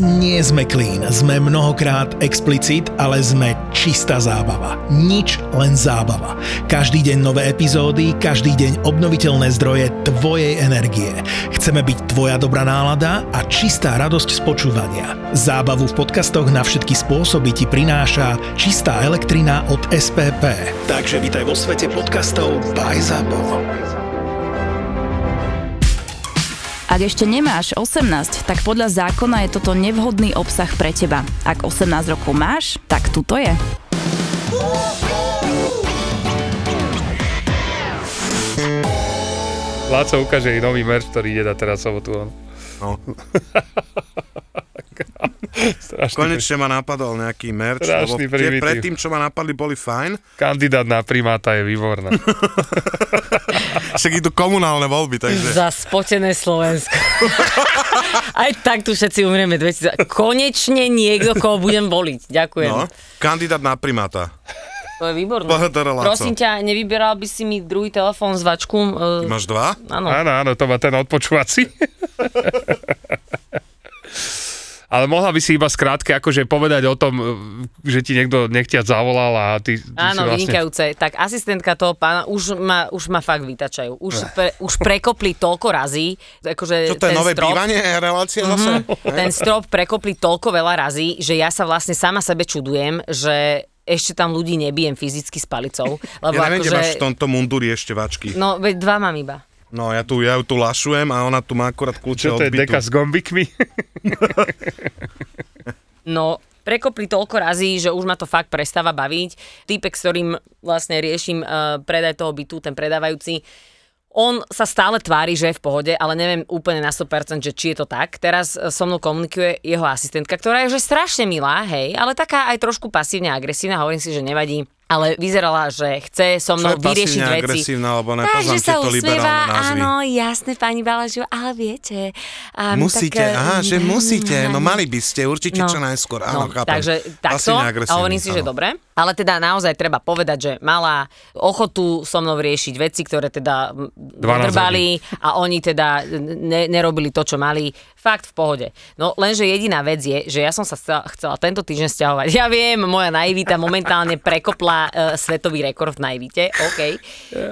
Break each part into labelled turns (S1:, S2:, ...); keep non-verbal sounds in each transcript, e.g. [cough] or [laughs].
S1: Nie sme clean, sme mnohokrát explicit, ale sme čistá zábava. Nič, len zábava. Každý deň nové epizódy, každý deň obnoviteľné zdroje tvojej energie. Chceme byť tvoja dobrá nálada a čistá radosť z počúvania. Zábavu v podcastoch na všetky spôsoby ti prináša čistá elektrina od SPP. Takže vitaj vo svete podcastov by Zabo.
S2: Ak ešte nemáš 18, tak podľa zákona je toto nevhodný obsah pre teba. Ak 18 rokov máš, tak tuto je.
S3: Láco ukáže jej nový merch, ktorý ide na teraz sobotu on.
S4: No.
S3: Strašný
S4: Konečne ma napadol nejaký merch, lebo
S3: Strašný
S4: tie
S3: primitív.
S4: predtým, čo ma napadli, boli fajn.
S3: Kandidát na primáta je výborná.
S4: Však idú komunálne voľby, takže...
S5: Za spotené
S4: [laughs]
S5: Slovensko. Aj tak tu všetci umrieme. 2000. Konečne niekto, koho budem voliť. Ďakujem.
S4: No, kandidát na primáta.
S5: To je výborné.
S4: Bohatá relácia.
S5: Prosím ťa, nevyberal by si mi druhý telefón s vačkom?
S4: Ty
S5: Uh,
S4: máš dva?
S5: áno.
S3: Áno, áno, to má ten odpočúvací. [laughs] Ale mohla by si iba skrátke akože povedať o tom, že ti niekto nechtiac zavolal a ty, ty si
S5: Áno,
S3: vlastne...
S5: vynikajúce. Tak asistentka toho pána už ma, už ma fakt vytačajú. Už, pre, už prekopli toľko razy. Akože
S4: Čo to je
S5: ten
S4: nové
S5: strop, Mhm. Mm,
S4: bývanie, relácia [laughs] zase?
S5: Ten strop prekopli toľko veľa razy, že ja sa vlastne sama sebe čudujem, že ešte tam ľudí nebijem fyzicky s palicou. Lebo
S4: Ja neviem, kde
S5: akože...
S4: máš v tomto mundúri ešte vačky.
S5: No, veď dva mám iba.
S4: No, ja tu, ja ju tu lašujem a ona tu má akurát kľúče
S3: Čo to je
S4: od bytu.
S3: deka s gombikmi?
S5: No, prekopli toľko razy, že už ma to fakt prestáva baviť. Týpek, s ktorým vlastne riešim uh, predaj toho bytu, ten predávajúci, on sa stále tvári, že je v pohode, ale neviem úplne na 100%, že či je to tak. Teraz e, so mnou komunikuje jeho asistentka, ktorá je že strašne milá, hej, ale taká aj trošku pasívne agresívna, hovorím si, že nevadí, ale vyzerala, že chce so
S4: Čo
S5: mnou
S4: je
S5: No, vyriešiť
S4: pasívne
S5: veci.
S4: agresívna, lebo nepoznám tieto liberálne názvy.
S5: áno, jasné, pani Balažiu, ale viete. Um,
S4: Musíte,
S5: tak, e,
S4: aha, že
S5: mm,
S4: musíte, no
S5: áno.
S4: mali by ste, určite čo najskôr, áno,
S5: No.
S4: chápem.
S5: Takže takto,
S4: Pasívne
S5: a
S4: agresívny,
S5: hovorím si, že
S4: áno.
S5: dobre. Ale teda naozaj treba povedať, že mala ochotu so mnou riešiť veci, ktoré teda m,
S3: 12
S5: drbali a oni teda ne, nerobili to, čo mali. Fakt v pohode. No lenže jediná vec je, že ja som sa chcela, chcela tento týždeň stiahovať. [laughs] Ja viem, moja naivita momentálne prekopla e, svetový rekord v naivite. OK.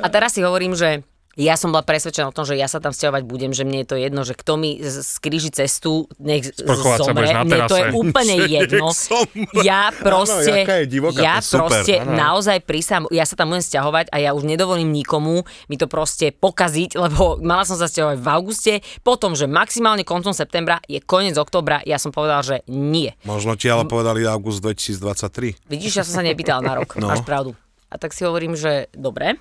S5: A teraz si hovorím, že ja som bola presvedčená o tom, že ja sa tam stiahovať budem, že mne je to jedno, že kto mi z- skríži cestu, nech z-
S3: Sprchovať sa
S5: zomre.
S3: budeš na
S5: Mne to je
S3: terase.
S4: [laughs]
S5: úplne
S4: Nech
S5: jedno.
S4: zomre.
S5: Ja proste,
S4: Áno, jaká je divoká,
S5: ja
S4: to je super.
S5: proste
S4: Áno.
S5: naozaj prísam, ja sa tam budem stiahovať a ja už nedovolím nikomu mi to proste pokaziť, [laughs] lebo mala som sa stiahovať v auguste, potom, že maximálne koncom septembra je koniec októbra, ja som povedal, že nie.
S4: Možno ti ale povedali august 2023.
S5: Vidíš, ja som sa nepýtala na rok, no.
S4: No.
S5: máš pravdu. A tak si hovorím, že dobre,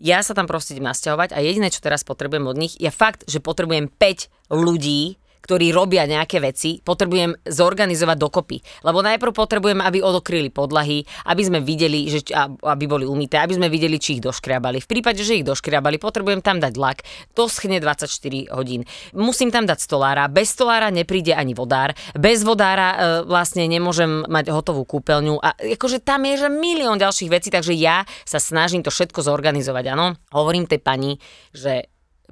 S5: ja sa tam proste idem nasťahovať a jediné, čo teraz potrebujem od nich, je fakt, že potrebujem 5 ľudí, ktorí robia nejaké veci, potrebujem zorganizovať dokopy. Lebo najprv potrebujem, aby odokryli podlahy, aby sme videli, že, či- a- aby boli umité, aby sme videli, či ich doškriabali. V prípade, že ich doškriabali, potrebujem tam dať lak. To schne 24 hodín. Musím tam dať stolára. Bez stolára nepríde ani vodár. Bez vodára e, vlastne nemôžem mať hotovú kúpeľňu. A akože tam je že milión ďalších vecí, takže ja sa snažím to všetko zorganizovať. Áno, hovorím tej pani, že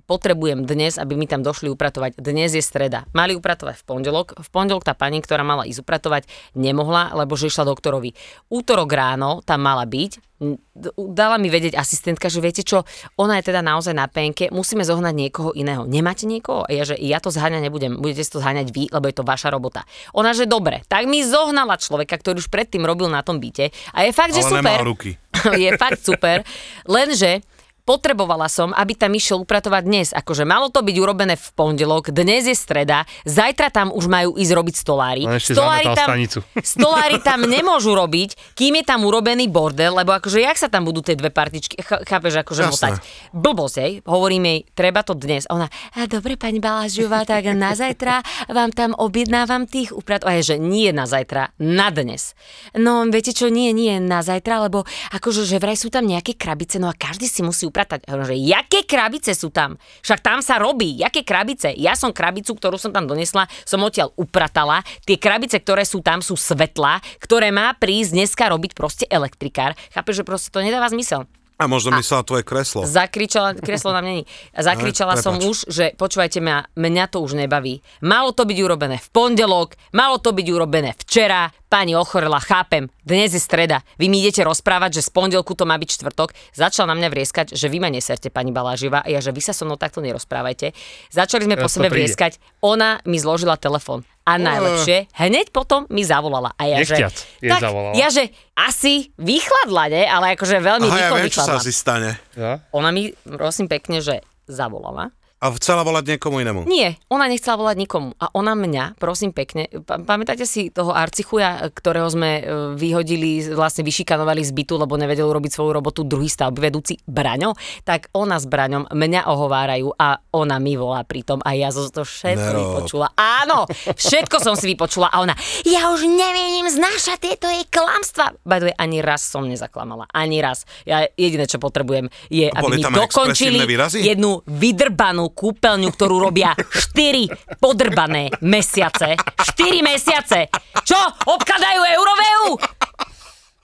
S5: potrebujem dnes, aby mi tam došli upratovať. Dnes je streda. Mali upratovať v pondelok. V pondelok tá pani, ktorá mala ísť upratovať, nemohla, lebo že išla doktorovi. Útorok ráno tam mala byť. N- d- Dala mi vedieť asistentka, že viete čo, ona je teda naozaj na penke, musíme zohnať niekoho iného. Nemáte niekoho? A ja, že ja to zháňať nebudem, budete si to zháňať vy, lebo je to vaša robota. Ona, že dobre, tak mi zohnala človeka, ktorý už predtým robil na tom byte a je fakt, že
S4: Ale
S5: super.
S4: nemal ruky.
S5: [laughs] je fakt super, lenže potrebovala som, aby tam išiel upratovať dnes. Akože malo to byť urobené v pondelok, dnes je streda, zajtra tam už majú ísť robiť stolári.
S4: No,
S3: Len ešte zametal
S4: [laughs]
S3: stanicu.
S5: [laughs] stolári tam nemôžu robiť, kým je tam urobený bordel, lebo akože jak sa tam budú tie dve partičky, ch- chápeš, akože
S4: Jasné.
S5: motať. Blbosť, hej, hovorím jej, treba to dnes. A ona, a dobre, pani Balážiová, tak na zajtra vám tam objednávam tých uprat. A je, že nie na zajtra, na dnes. No, viete čo, nie, nie na zajtra, lebo akože, že vraj sú tam nejaké krabice, no a každý si musí upratať. A hovorím, že jaké krabice sú tam? Však tam sa robí, jaké krabice? Ja som krabicu, ktorú som tam donesla, som odtiaľ upratala. Tie krabice, ktoré sú tam, sú svetla, ktoré má prísť dneska robiť proste elektrikár. Chápeš, že proste to nedáva zmysel.
S4: A možno myslela tvoje kreslo.
S5: Zakričala, kreslo na mňa
S4: [laughs]
S5: nie. Zakričala
S4: Aj,
S5: som
S4: prepáč.
S5: už, že počúvajte mňa, mňa to už nebaví. Malo to byť urobené v pondelok, malo to byť urobené včera, pani ochorela, chápem, dnes je streda. Vy mi idete rozprávať, že z pondelku to má byť štvrtok. Začal na mňa vrieskať, že vy ma neserte, pani Baláživá, a ja, že vy sa so mnou takto nerozprávajte. Začali sme po
S3: Teraz to
S5: sebe
S3: príde.
S5: vrieskať, ona mi zložila telefon. A najlepšie, hneď potom mi zavolala. A ja,
S3: Nechťac
S5: že,
S3: jej zavolala.
S5: ja, že asi vychladla, ne? Ale akože veľmi
S4: Aha, ja
S5: rýchlo
S4: viem, čo sa
S5: vychladla.
S4: asi stane.
S3: Ja?
S5: Ona mi, prosím pekne, že zavolala.
S4: A chcela volať niekomu inému.
S5: Nie, ona nechcela volať nikomu. A ona mňa, prosím pekne, pa- pamätáte si toho Arcichuja, ktorého sme e, vyhodili, vlastne vyšikanovali z bytu, lebo nevedel urobiť svoju robotu druhý stavby vedúci Braňo? Tak ona s Braňom mňa ohovárajú a ona mi volá pritom a ja som to všetko
S4: Nero.
S5: vypočula. Áno, všetko som si vypočula a ona, ja už nemením znášať tieto jej klamstva. By the way, ani raz som nezaklamala, ani raz. Ja jediné, čo potrebujem, je, aby
S4: boli
S5: mi
S4: tam aj
S5: dokončili
S4: expresívne výrazy?
S5: jednu jednu vydrbanú kúpeľňu, ktorú robia 4 podrbané mesiace. 4 mesiace! Čo? Obkladajú Euroveu?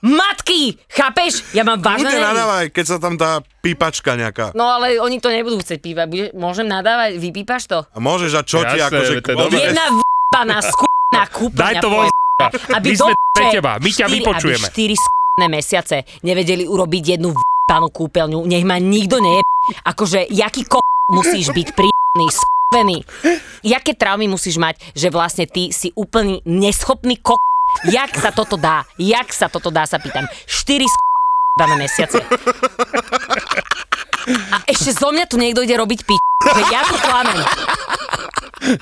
S5: Matky, chápeš? Ja mám vážne...
S4: Bude
S5: nervy.
S4: nadávaj, keď sa tam tá pípačka nejaká.
S5: No ale oni to nebudú chcieť pívať. Bude, môžem nadávať? Vypípaš to?
S4: A môžeš a čo ti
S3: Jasné,
S4: akože...
S3: to je dobré.
S5: Jedna v***baná skúpená kúpeľňa.
S3: Daj to von,
S5: pojebana, Aby
S3: My sme
S5: dobre
S3: pre teba, my ťa
S5: štyri-
S3: vypočujeme.
S5: Aby 4 skúpené mesiace nevedeli urobiť jednu v***banú kúpeľňu. Nech ma nikto neje. Akože, jaký ko musíš byť príjemný, skúpený. Jaké traumy musíš mať, že vlastne ty si úplný neschopný ko... Jak sa toto dá? Jak sa toto dá, sa pýtam. 4 skúpené mesiace. A ešte zo mňa tu niekto ide robiť pič. Že ja tu klamem.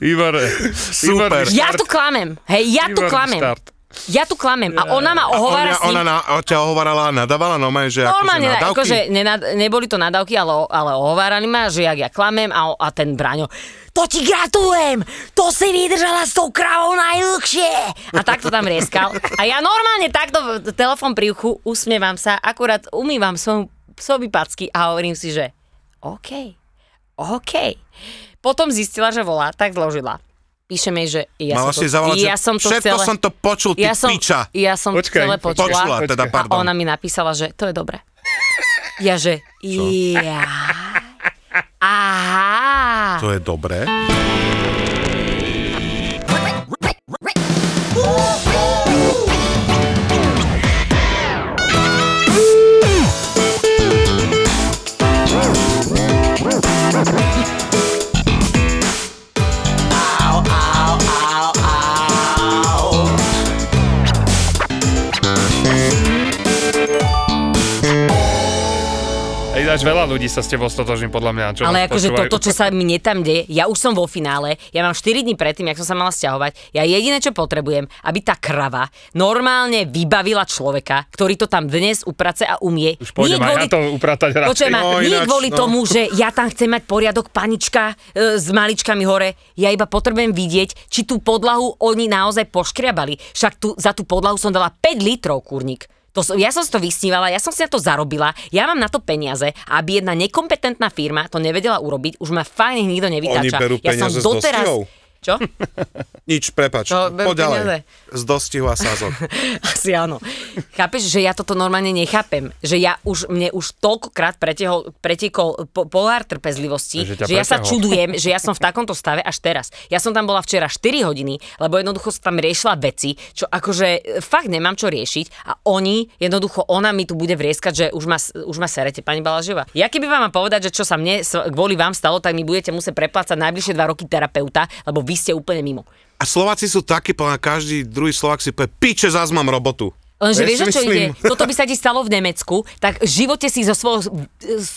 S3: Ivar,
S4: Super.
S3: Ivar,
S5: Ja tu klamem. Hej, ja tu
S3: Výborný
S5: klamem.
S3: štart.
S5: Ja tu klamem. A ona ma ohovára
S4: Ona,
S5: s ním.
S4: ona na, o- ťa ohovarala a nadávala, no maj, že
S5: Normálne,
S4: akože nadávky.
S5: akože nenad, neboli to nadávky, ale, ale ohovárali ma, že jak ja klamem a, a ten Braňo, to ti gratulujem, to si vydržala s tou kravou najdlhšie. A takto tam rieskal. A ja normálne takto v- telefon pri uchu, usmievam sa, akurát umývam svoj psovi packy a hovorím si, že OK, OK. Potom zistila, že volá, tak zložila. Píšem jej, že ja
S4: Mala
S5: som
S4: si
S5: to,
S4: zavolať, že
S5: ja som to
S4: všetko
S5: celé,
S4: som to počul, ty
S5: ja som,
S4: piča.
S5: Ja som
S3: Počkaj,
S5: celé
S3: počkaj.
S5: počula.
S4: Počula, teda
S3: Počkaj.
S5: A
S4: pardon.
S5: ona mi napísala, že to je dobré. Ja že, ja. Aha.
S4: To je dobré.
S3: Ináč veľa ľudí sa s tebou stotožní podľa mňa. Čo
S5: Ale
S3: nás
S5: akože
S3: počúvajú.
S5: toto, čo sa mne tam deje, ja už som vo finále, ja mám 4 dní predtým, jak som sa mala stiahovať, ja jediné, čo potrebujem, aby tá krava normálne vybavila človeka, ktorý to tam dnes uprace a umie.
S3: Už pôjdem aj ja to upratať radšej.
S5: Počujem,
S4: No,
S5: nie
S4: ináč,
S5: kvôli
S4: no.
S5: tomu, že ja tam chcem mať poriadok panička e, s maličkami hore, ja iba potrebujem vidieť, či tú podlahu oni naozaj poškriabali. Však tu, za tú podlahu som dala 5 litrov, kurník. To som, ja som si to vysnívala, ja som si na to zarobila, ja mám na to peniaze, aby jedna nekompetentná firma to nevedela urobiť, už ma fajne nikto nevytáča.
S4: berú
S5: ja som
S4: peniaze s
S5: doteraz...
S4: dostihou? [laughs]
S5: Čo?
S4: Nič, prepač.
S5: To berú
S4: Poď ďalej.
S5: peniaze.
S4: Z dostihu a sázok.
S5: Asi áno. Chápeš, že ja toto normálne nechápem. Že ja už, mne už toľkokrát pretiehol, pretiekol po, pohár trpezlivosti,
S3: Že
S5: že,
S3: ťa
S5: že ja sa
S3: pretiahol.
S5: čudujem, že ja som v takomto stave až teraz. Ja som tam bola včera 4 hodiny, lebo jednoducho sa tam riešila veci, čo akože e, fakt nemám čo riešiť a oni, jednoducho ona mi tu bude vrieskať, že už ma, s- už ma serete, pani Balaževa. Ja keby vám mám povedať, že čo sa mne s- kvôli vám stalo, tak mi budete musieť preplácať najbližšie 2 roky terapeuta, lebo vy ste úplne mimo.
S4: A Slováci sú takí, podľa mňa každý druhý Slovák si povie, piče, zás mám robotu.
S5: Lenže
S3: Ja
S5: vieš,
S3: si
S5: o čo ide?
S3: myslím.
S5: Toto by sa ti stalo v Nemecku, tak v živote si so svojou s-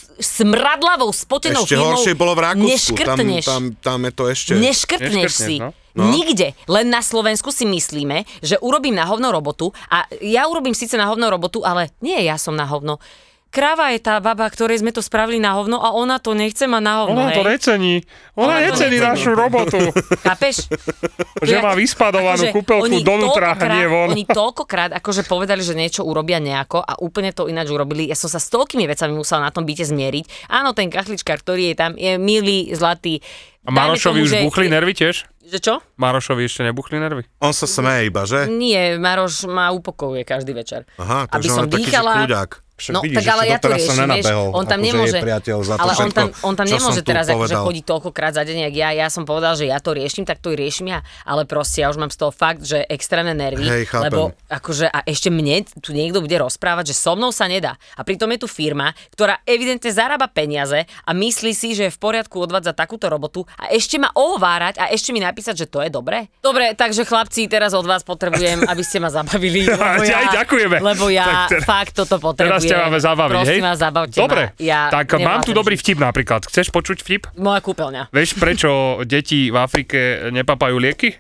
S5: smradlavou, spotenou
S4: Ešte
S5: firmou
S4: horšie bolo v Rakúsku. Tam,
S5: neškrtneš.
S4: tam, tam je to ešte...
S5: Neškrtneš
S3: Neškrtneš,
S5: si.
S3: no.
S4: No.
S5: Nikde. Len na Slovensku si myslíme, že urobím na hovno robotu a ja urobím síce na hovno robotu, ale nie ja som na hovno. Kráva je tá baba, ktorej sme to spravili na hovno a ona to nechce mať na hovno.
S3: Ona to
S5: hej.
S3: necení. Ona,
S5: Ona to
S3: necení
S5: necení.
S3: našu robotu.
S4: [laughs]
S5: Chápeš? akože
S3: Že má vyspadovanú kúpeľku
S5: oni
S3: donútra a
S5: toľkokrát-
S3: nie von.
S5: Oni toľkokrát akože povedali, že niečo urobia nejako a úplne to ináč urobili. Ja som sa s toľkými vecami musela na tom byte zmieriť. Áno, ten kachličkár, ktorý je tam, je milý, zlatý.
S3: A Marošovi už buchli nervy tiež?
S5: Že čo?
S3: Marošovi ešte nebuchli nervy?
S4: On sa smeje iba, že?
S5: Nie, Maroš ma upokojuje každý večer.
S4: Aha,
S5: Aby
S4: takže on
S5: som
S4: je taký, že
S5: dýchala.
S4: kľudák.
S3: Však
S5: no, tak
S3: vidíš, že
S5: ale
S3: čo
S5: ja to
S4: doteraz sa
S5: riešim, vieš,
S4: nenabehol,
S5: on tam
S4: akože je
S5: nemôže,
S4: priateľ za to
S5: ale on
S4: všetko,
S5: tam, on tam
S4: čo
S5: nemôže
S4: som tu
S5: teraz akože
S4: povedal.
S5: chodí toľkokrát za deň, jak ja, ja som povedal, že ja to riešim, tak to i riešim ja, ale proste ja už mám z toho fakt, že extrémne nervy,
S4: Hej, chápem.
S5: lebo akože a ešte mne tu niekto bude rozprávať, že so mnou sa nedá a pritom je tu firma, ktorá evidentne zarába peniaze a myslí si, že je v poriadku odvádza takúto robotu a ešte ma ohovárať a ešte mi napísať, že to je dobré. Dobre, takže chlapci, teraz od vás potrebujem, aby ste ma
S4: [laughs]
S5: zabavili. Lebo
S3: Aj
S5: ja,
S3: ďakujeme.
S5: Lebo ja
S3: Tak teraz-
S5: fakt toto potrebujem
S3: Teraz
S5: potrebujem.
S3: ťa máme zabaviť,
S5: Prosím
S3: hej?
S5: vás, zabavte
S3: Dobre,
S5: ma. Ja
S3: tak mám tu
S5: nevládzem
S3: dobrý
S5: žiť.
S3: vtip napríklad. Chceš počuť vtip?
S5: Moja kúpeľňa.
S3: Vieš, prečo [laughs] deti v Afrike nepapajú lieky?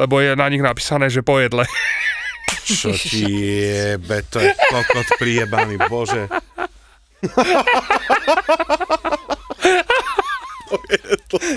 S3: Lebo je na nich napísané, že po jedle. [laughs]
S5: [laughs]
S4: Čo ti jebe, to je kokot prijebaný, bože.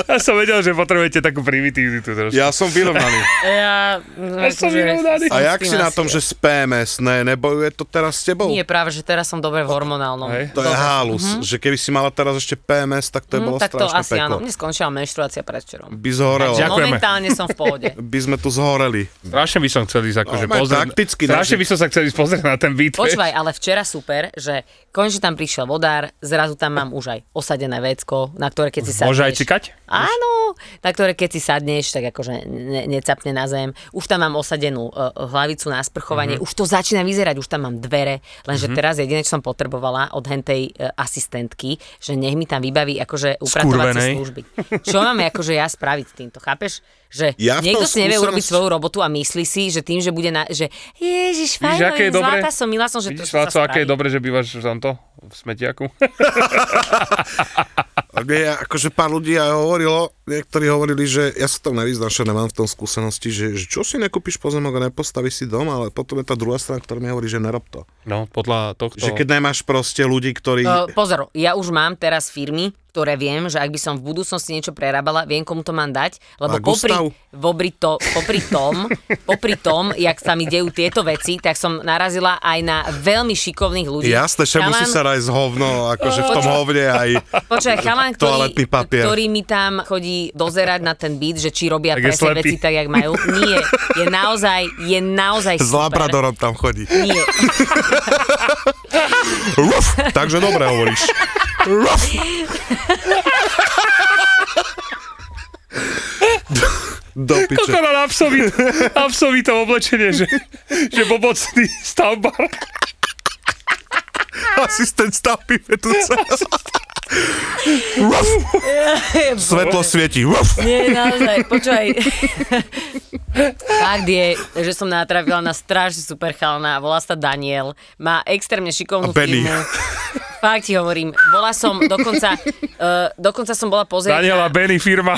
S3: Ja som vedel, že potrebujete takú primitivitu trošku.
S4: Ja som vyrovnaný.
S5: Ja, Akože
S3: Ja som vyrovnaný.
S4: A jak si na tom, že s PMS, ne, nebojuje to teraz s tebou?
S5: Nie, práve, že teraz som dobre v hormonálnom.
S3: Hej.
S4: To je
S5: Dobre.
S4: hálus, že keby si mala teraz ešte PMS, tak to je
S5: Hm,
S4: bolo
S5: tak to
S4: strašné
S5: asi áno.
S4: peklo.
S5: Mne skončila menštruácia predvčerom.
S4: By zhorelo,
S3: Ďakujem. Ďakujeme.
S5: Momentálne som v pohode.
S3: [laughs]
S4: by sme tu zhoreli.
S3: Strašne by som chcel ísť akože
S4: No,
S3: pozrieť.
S4: takticky,
S3: strašne
S4: takže-
S3: by som sa chcel ísť pozrieť na ten byt. vieš.
S5: Počúvaj, ale včera super, že konečne tam prišiel vodár, zrazu tam mám už aj osadené vecko, na ktoré keď si sadneš...
S3: Môže aj cikať?
S5: Áno, na ktoré keď si sadneš, tak akože ne, necapne na zem. Už tam mám osadenú uh, hlavicu na sprchovanie,
S3: Mhm.
S5: už to začína vyzerať, už tam mám dvere, lenže teraz jediné, čo som potrebovala od hentej uh, asistentky, že nech mi tam vybaví akože
S3: Skurvenej.
S5: upratovacie služby. Čo mám akože ja spraviť s týmto, chápeš? Že
S4: Ja v tom
S5: niekto si nevie
S4: skúsenosť-
S5: urobiť svoju robotu a myslí si, že tým, že bude na... Že, ježiš,
S3: Vidíš,
S5: fajn,
S3: aké je dobre?
S5: zlatá som, milá som, že
S3: Vidíš,
S5: to
S3: Láco,
S5: sa
S3: aké je
S5: spraví.
S3: dobre, že bývaš v tomto, v smetiaku.
S4: A Nie, akože pár ľudí aj hovorilo, niektorí hovorili, že ja sa tam nevyznám, že nemám v tom skúsenosti, že, že čo si nekúpiš pozemok a nepostavíš si dom, ale potom je tá druhá strana, ktorá mi hovorí, že nerob to.
S3: No, podľa tohto...
S4: Že keď nemáš proste ľudí, ktorí...
S5: Uh, pozor, ja už mám teraz firmy, ktoré viem, že ak by som v budúcnosti niečo prerábala, viem, komu to mám dať, lebo
S4: A
S5: popri,
S4: Gustav?
S5: popri, to, popri, tom, popri tom, jak sa mi dejú tieto veci, tak som narazila aj na veľmi šikovných ľudí.
S4: Jasné, že musí
S5: Chalan-
S4: sa aj z hovno, akože v tom hovne aj...
S5: Počkaj, chalan, ktorý,
S4: Toaletný papier.
S5: ktorý mi tam chodí dozerať na ten byt, že či robia
S3: Tak je
S5: presne
S3: slepý.
S5: veci tak, jak majú. Nie, je naozaj, je naozaj
S4: S
S5: super.
S4: Labradorom tam chodí.
S3: [laughs]
S5: Nie,
S4: Ruf, takže dobre hovoríš.
S5: [laughs]
S4: Ruf. Do piče.
S3: Kokona teda na psovi, na psovi to oblečenie, že, že bobocný stavbar.
S4: Asistent stavby vedúce. Ruf. [laughs] Svetlo svieti. Ruf.
S5: Nie, naozaj, počúvaj. [laughs] Fakt je, že som natrafila na strašne super chalana, volá sa Daniel, má extrémne šikovnú
S4: A Benny.
S5: firmu. Fakt ti hovorím, bola som dokonca, uh, dokonca som bola pozrieť
S3: Daniela Benny firma.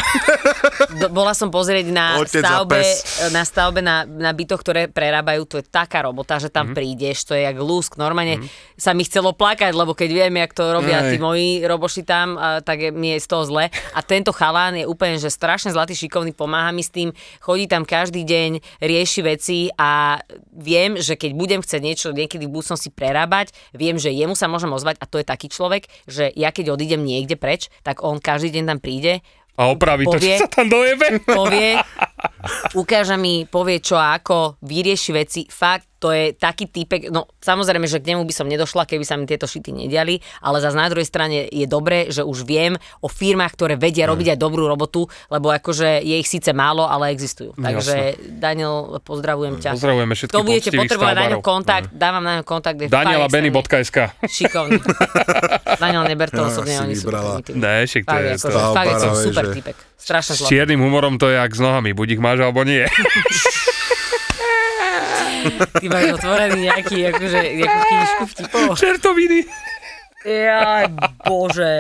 S5: do, bola som pozrieť na
S4: Otec a
S5: stavbe,
S4: pes.
S5: na stavbe na, na bytoch, ktoré prerábajú, to je taká robota, že
S4: Mhm.
S5: tam prídeš, to je jak lúsk, normálne sa mi chcelo plakať, lebo keď viem, jak to robia tí
S4: Aj.
S5: moji roboši tam, a, tak je, mi je z toho zle. A tento chalán je úplne, že strašne zlatý, šikovný, pomáha mi s tým, chodí tam každý deň, rieši veci a viem, že keď budem chcieť niečo niekedy v budúcnosti prerábať, viem, že jemu sa môžem ozvať a to je taký človek, že ja keď odídem niekde preč, tak on každý deň tam príde,
S3: A opraví to,
S5: Povie.
S3: čo sa tam dojebe.
S5: povie, ukáže mi, povie čo a ako, vyrieši veci, fakt, to je taký typek, no samozrejme, že k nemu by som nedošla, keby sa mi tieto šity nediali, ale zase na druhej strane je dobré, že už viem o firmách, ktoré
S3: Mm.
S5: vedia robiť aj dobrú robotu, lebo akože je ich síce málo, ale existujú. Takže Daniel, pozdravujem ťa.
S3: No, Pozdravujeme všetkých
S5: To budete
S3: poctivých
S5: potrebovať na ňo
S3: stavbárov. Mm.
S5: kontakt, dávam na ňo kontakt. je
S3: Daniela
S5: fakt extrémny.
S3: Benny.sk. No,
S5: Šikovný.
S3: [laughs]
S5: Daniel, neber to
S4: Ja
S5: osobne,
S4: si
S5: oni sú
S4: vybrala.
S5: primitívni.
S3: Ne, však to
S5: Fakt,
S3: je...
S5: je, akože, fakt je
S3: to-
S5: to
S4: Stavbárov,
S5: super
S4: že-
S5: typek. Strašne
S3: S
S5: zlatý.
S3: čiernym humorom to je jak s nohami, buď ich máš alebo nie.
S5: Ty máš otvorený nejaký, akože, nejakú knižku vtipov.
S3: Čertoviny.
S5: Jaj, bože.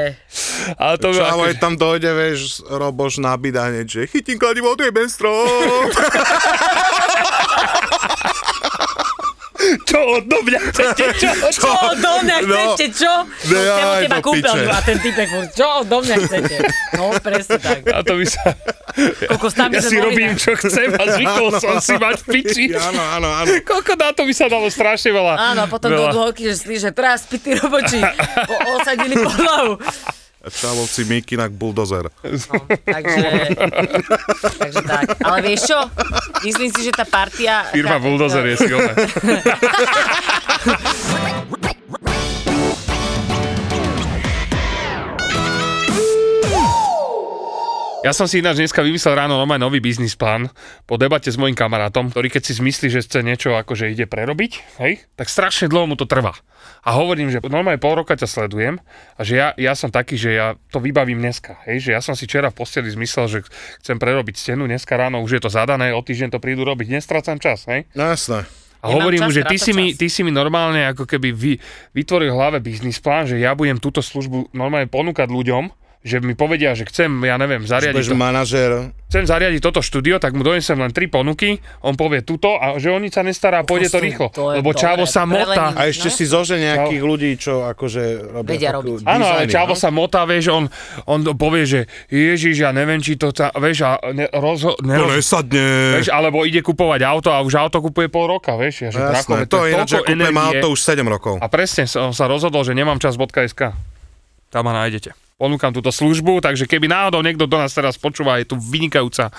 S3: Ale to
S4: Čo, ale
S3: akože-
S4: tam dojde, vieš, roboš nabída niečo. Chytím kladivo, tu je ben
S3: [laughs]
S4: strom.
S3: Čo odo mňa chcete? Čo?
S5: Čo odo mňa
S4: No.
S5: chcete, čo? No,
S4: No
S5: ja od
S4: jaj,
S5: teba
S4: do
S5: kúpel,
S4: piče.
S5: a ten typek mu, čo odo mňa chcete? No, presne tak.
S3: A to by sa...
S5: Kokos, tam by
S3: Ja
S5: sme
S3: si
S5: boli
S3: robím,
S5: na-
S3: čo chcem a zvykol som si mať v piči.
S4: [laughs] Áno, áno, áno.
S3: Koľko na to by sa dalo strašne veľa.
S5: Áno, a potom do
S3: veľa.
S5: dôlky, že slíže, teraz ty robočí, po- osadili podlahu.
S4: Čálovci Mikinak Bulldozer.
S5: Takže,
S3: [laughs]
S5: takže tak. Ale vieš čo? Myslím si, že tá partia... no.
S3: Firma
S5: tá-
S3: Bulldozer je silná. Ja som si ináč dneska vymyslel ráno normálne nový biznis plán po debate s mojim kamarátom, ktorý keď si zmyslí, že chce niečo akože ide prerobiť, hej, tak strašne dlho mu to trvá. A hovorím, že normálne pol roka ťa sledujem a že ja, ja som taký, že ja to vybavím dneska. Hej, že ja som si včera v posteli zmyslel, že chcem prerobiť stenu, dneska ráno už je to zadané, o týždeň to prídu robiť, nestrácam čas, hej.
S4: No jasné.
S3: A
S5: Nemám
S3: hovorím mu,
S5: čas,
S3: že ty
S5: strácam
S3: si, mi,
S5: čas.
S3: ty si mi normálne ako keby vy, vytvoril v hlave biznis plán, že ja budem túto službu normálne ponúkať ľuďom, že mi povedia, že chcem, ja neviem, zariadiť,
S4: Budeš
S3: to,
S4: manažér.
S3: chcem zariadiť toto štúdio, tak mu donesem len tri ponuky, on povie túto a že oni sa nestará a pôjde
S5: sú-
S3: to rýchlo,
S5: to je
S3: lebo
S5: dobre,
S3: Čavo sa motá.
S5: prelením.
S4: A ešte
S5: No.
S4: si zože nejakých ľudí, čo akože robia
S5: Vedia
S4: takú
S5: robiť.
S3: Áno, ale
S4: dizajny,
S3: Čavo
S4: no?
S3: sa motá, vieš, on, on povie, že ježiš, ja neviem, či to tá, vieš, a ne, rozho,
S4: To
S3: neroz,
S4: nesadne.
S3: vieš, alebo ide kupovať auto a už auto kupuje pol roka, vieš, ja, že brakové,
S4: Jasné, to je ináč, že
S3: toľko
S4: kúpem
S3: energie.
S4: auto už 7 rokov.
S3: A presne som sa rozhodol, že nemám čas.sk. Tam ma nájdete. Ponúkam túto službu, takže keby náhodou niekto do nás teraz počúva, je tu vynikajúca,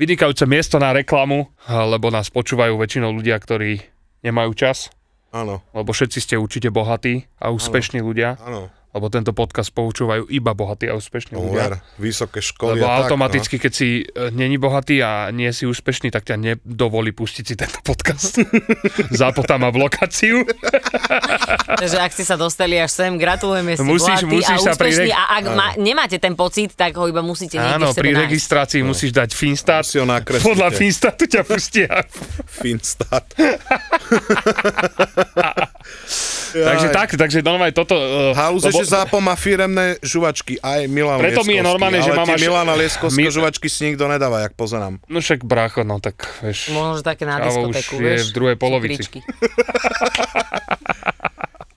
S3: vynikajúce miesto na reklamu, lebo nás počúvajú väčšinou ľudia, ktorí nemajú čas,
S4: Áno,
S3: lebo všetci ste určite bohatí a úspešní ľudia,
S4: áno.
S3: lebo tento podcast poučúvajú iba bohatí a úspešní ľudia.
S4: Uver, vysoké školy
S3: Lebo
S4: a tak, no.
S3: automaticky, keď si e, není bohatý a nie si úspešný, tak ťa nedovolí pustiť si tento
S4: [laughs]
S3: podcast. Zapotá ma v lokáciu.
S5: Takže ak ste sa dostali až sem, gratulujeme si
S3: Musíš-
S5: bohatí
S3: musíš
S5: a
S3: sa pri
S5: úspešní.
S3: reg-
S5: A ak ma, nemáte ten pocit, tak ho iba musíte niekde
S3: Áno,
S5: v sebe
S3: pri
S5: nájsť.
S3: registrácii musíš dať Finstat.
S4: Si No. ho nakreslíte.
S3: Podľa Finstatu ťa
S4: [laughs]
S3: pustia.
S4: Finstat.
S3: [laughs] takže tak, takže normálne toto... Uh,
S4: House lebo... že zápo má firemné žuvačky, aj Milan
S3: Preto mi je
S4: Lieskovský,
S3: normálne,
S4: ale
S3: že mám
S4: tie
S3: až-
S4: Milana Lieskovského
S3: Mi-
S4: žuvačky si nikto nedáva, jak pozerám.
S3: No však brácho, no tak vieš.
S5: Možno, že také na
S3: Kávo už
S5: diskotéku,
S3: je
S5: vieš,
S3: v druhej polovici.
S5: cukričky.